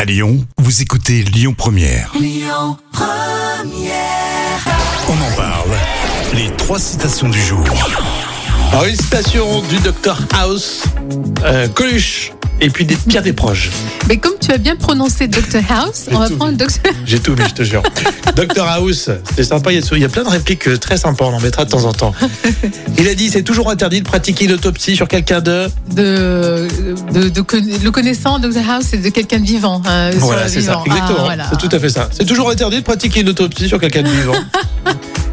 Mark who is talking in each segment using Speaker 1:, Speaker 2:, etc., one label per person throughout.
Speaker 1: À Lyon, vous écoutez Lyon Première. On en parle. Les trois citations du jour.
Speaker 2: Alors, une citation du docteur House, euh, Coluche, et puis des Pierre Desproges.
Speaker 3: Mais comme tu as bien prononcé Dr House, on va
Speaker 2: tout
Speaker 3: prendre Dr.
Speaker 2: J'ai tout mis, je te jure. docteur House, c'est sympa, il y, a, il y a plein de répliques euh, très sympas, on en mettra de temps en temps. Il a dit c'est toujours interdit de pratiquer une autopsie sur quelqu'un de.
Speaker 3: De, de, de con- le connaissant, Dr House, c'est de quelqu'un de vivant. hein, sur
Speaker 2: Voilà,
Speaker 3: le
Speaker 2: c'est ça,
Speaker 3: vivant. Ah,
Speaker 2: exactement.
Speaker 3: voilà.
Speaker 2: C'est tout à fait ça. C'est toujours interdit de pratiquer une autopsie sur quelqu'un de vivant.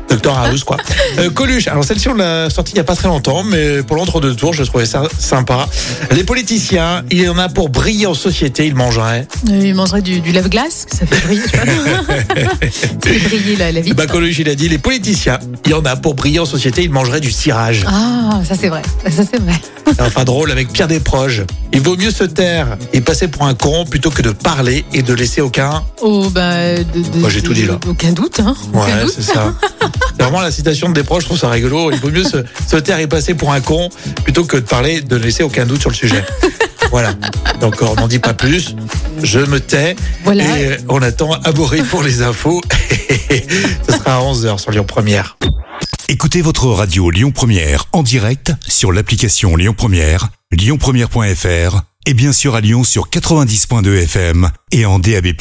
Speaker 2: Docteur House, quoi. Euh, Coluche, alors celle-ci, on l'a sortie il n'y a pas très longtemps, mais pour l'entre-deux tours, je trouvais ça sympa. Les politiciens, il y en a pour briller en société, ils mangeraient.
Speaker 3: Euh, Il mangerait du, du lave-glace, ça fait briller. tu vois. ça fait briller la, la vie.
Speaker 2: Bah, Coluche, il a dit les politiciens, il y en a pour briller en société, ils mangeraient du cirage.
Speaker 3: Ah, ça c'est vrai. Ça c'est vrai.
Speaker 2: Enfin drôle avec Pierre Desproges. Il vaut mieux se taire et passer pour un con plutôt que de parler et de laisser aucun.
Speaker 3: Oh, bah, de- de-
Speaker 2: Moi, j'ai tout dit, là.
Speaker 3: Aucun doute, hein. aucun
Speaker 2: Ouais,
Speaker 3: doute.
Speaker 2: c'est ça. C'est vraiment la citation de Desproges, je trouve ça rigolo. Il vaut mieux se, se taire et passer pour un con plutôt que de parler, de laisser aucun doute sur le sujet. Voilà. Donc on n'en dit pas plus. Je me tais.
Speaker 3: Voilà.
Speaker 2: Et euh, on attend Aboré pour les infos. Ce sera à 11h sur Lyon Première.
Speaker 1: Écoutez votre radio Lyon Première en direct sur l'application Lyon Première, lyonpremière.fr et bien sûr à Lyon sur 90.2 FM et en DAB+.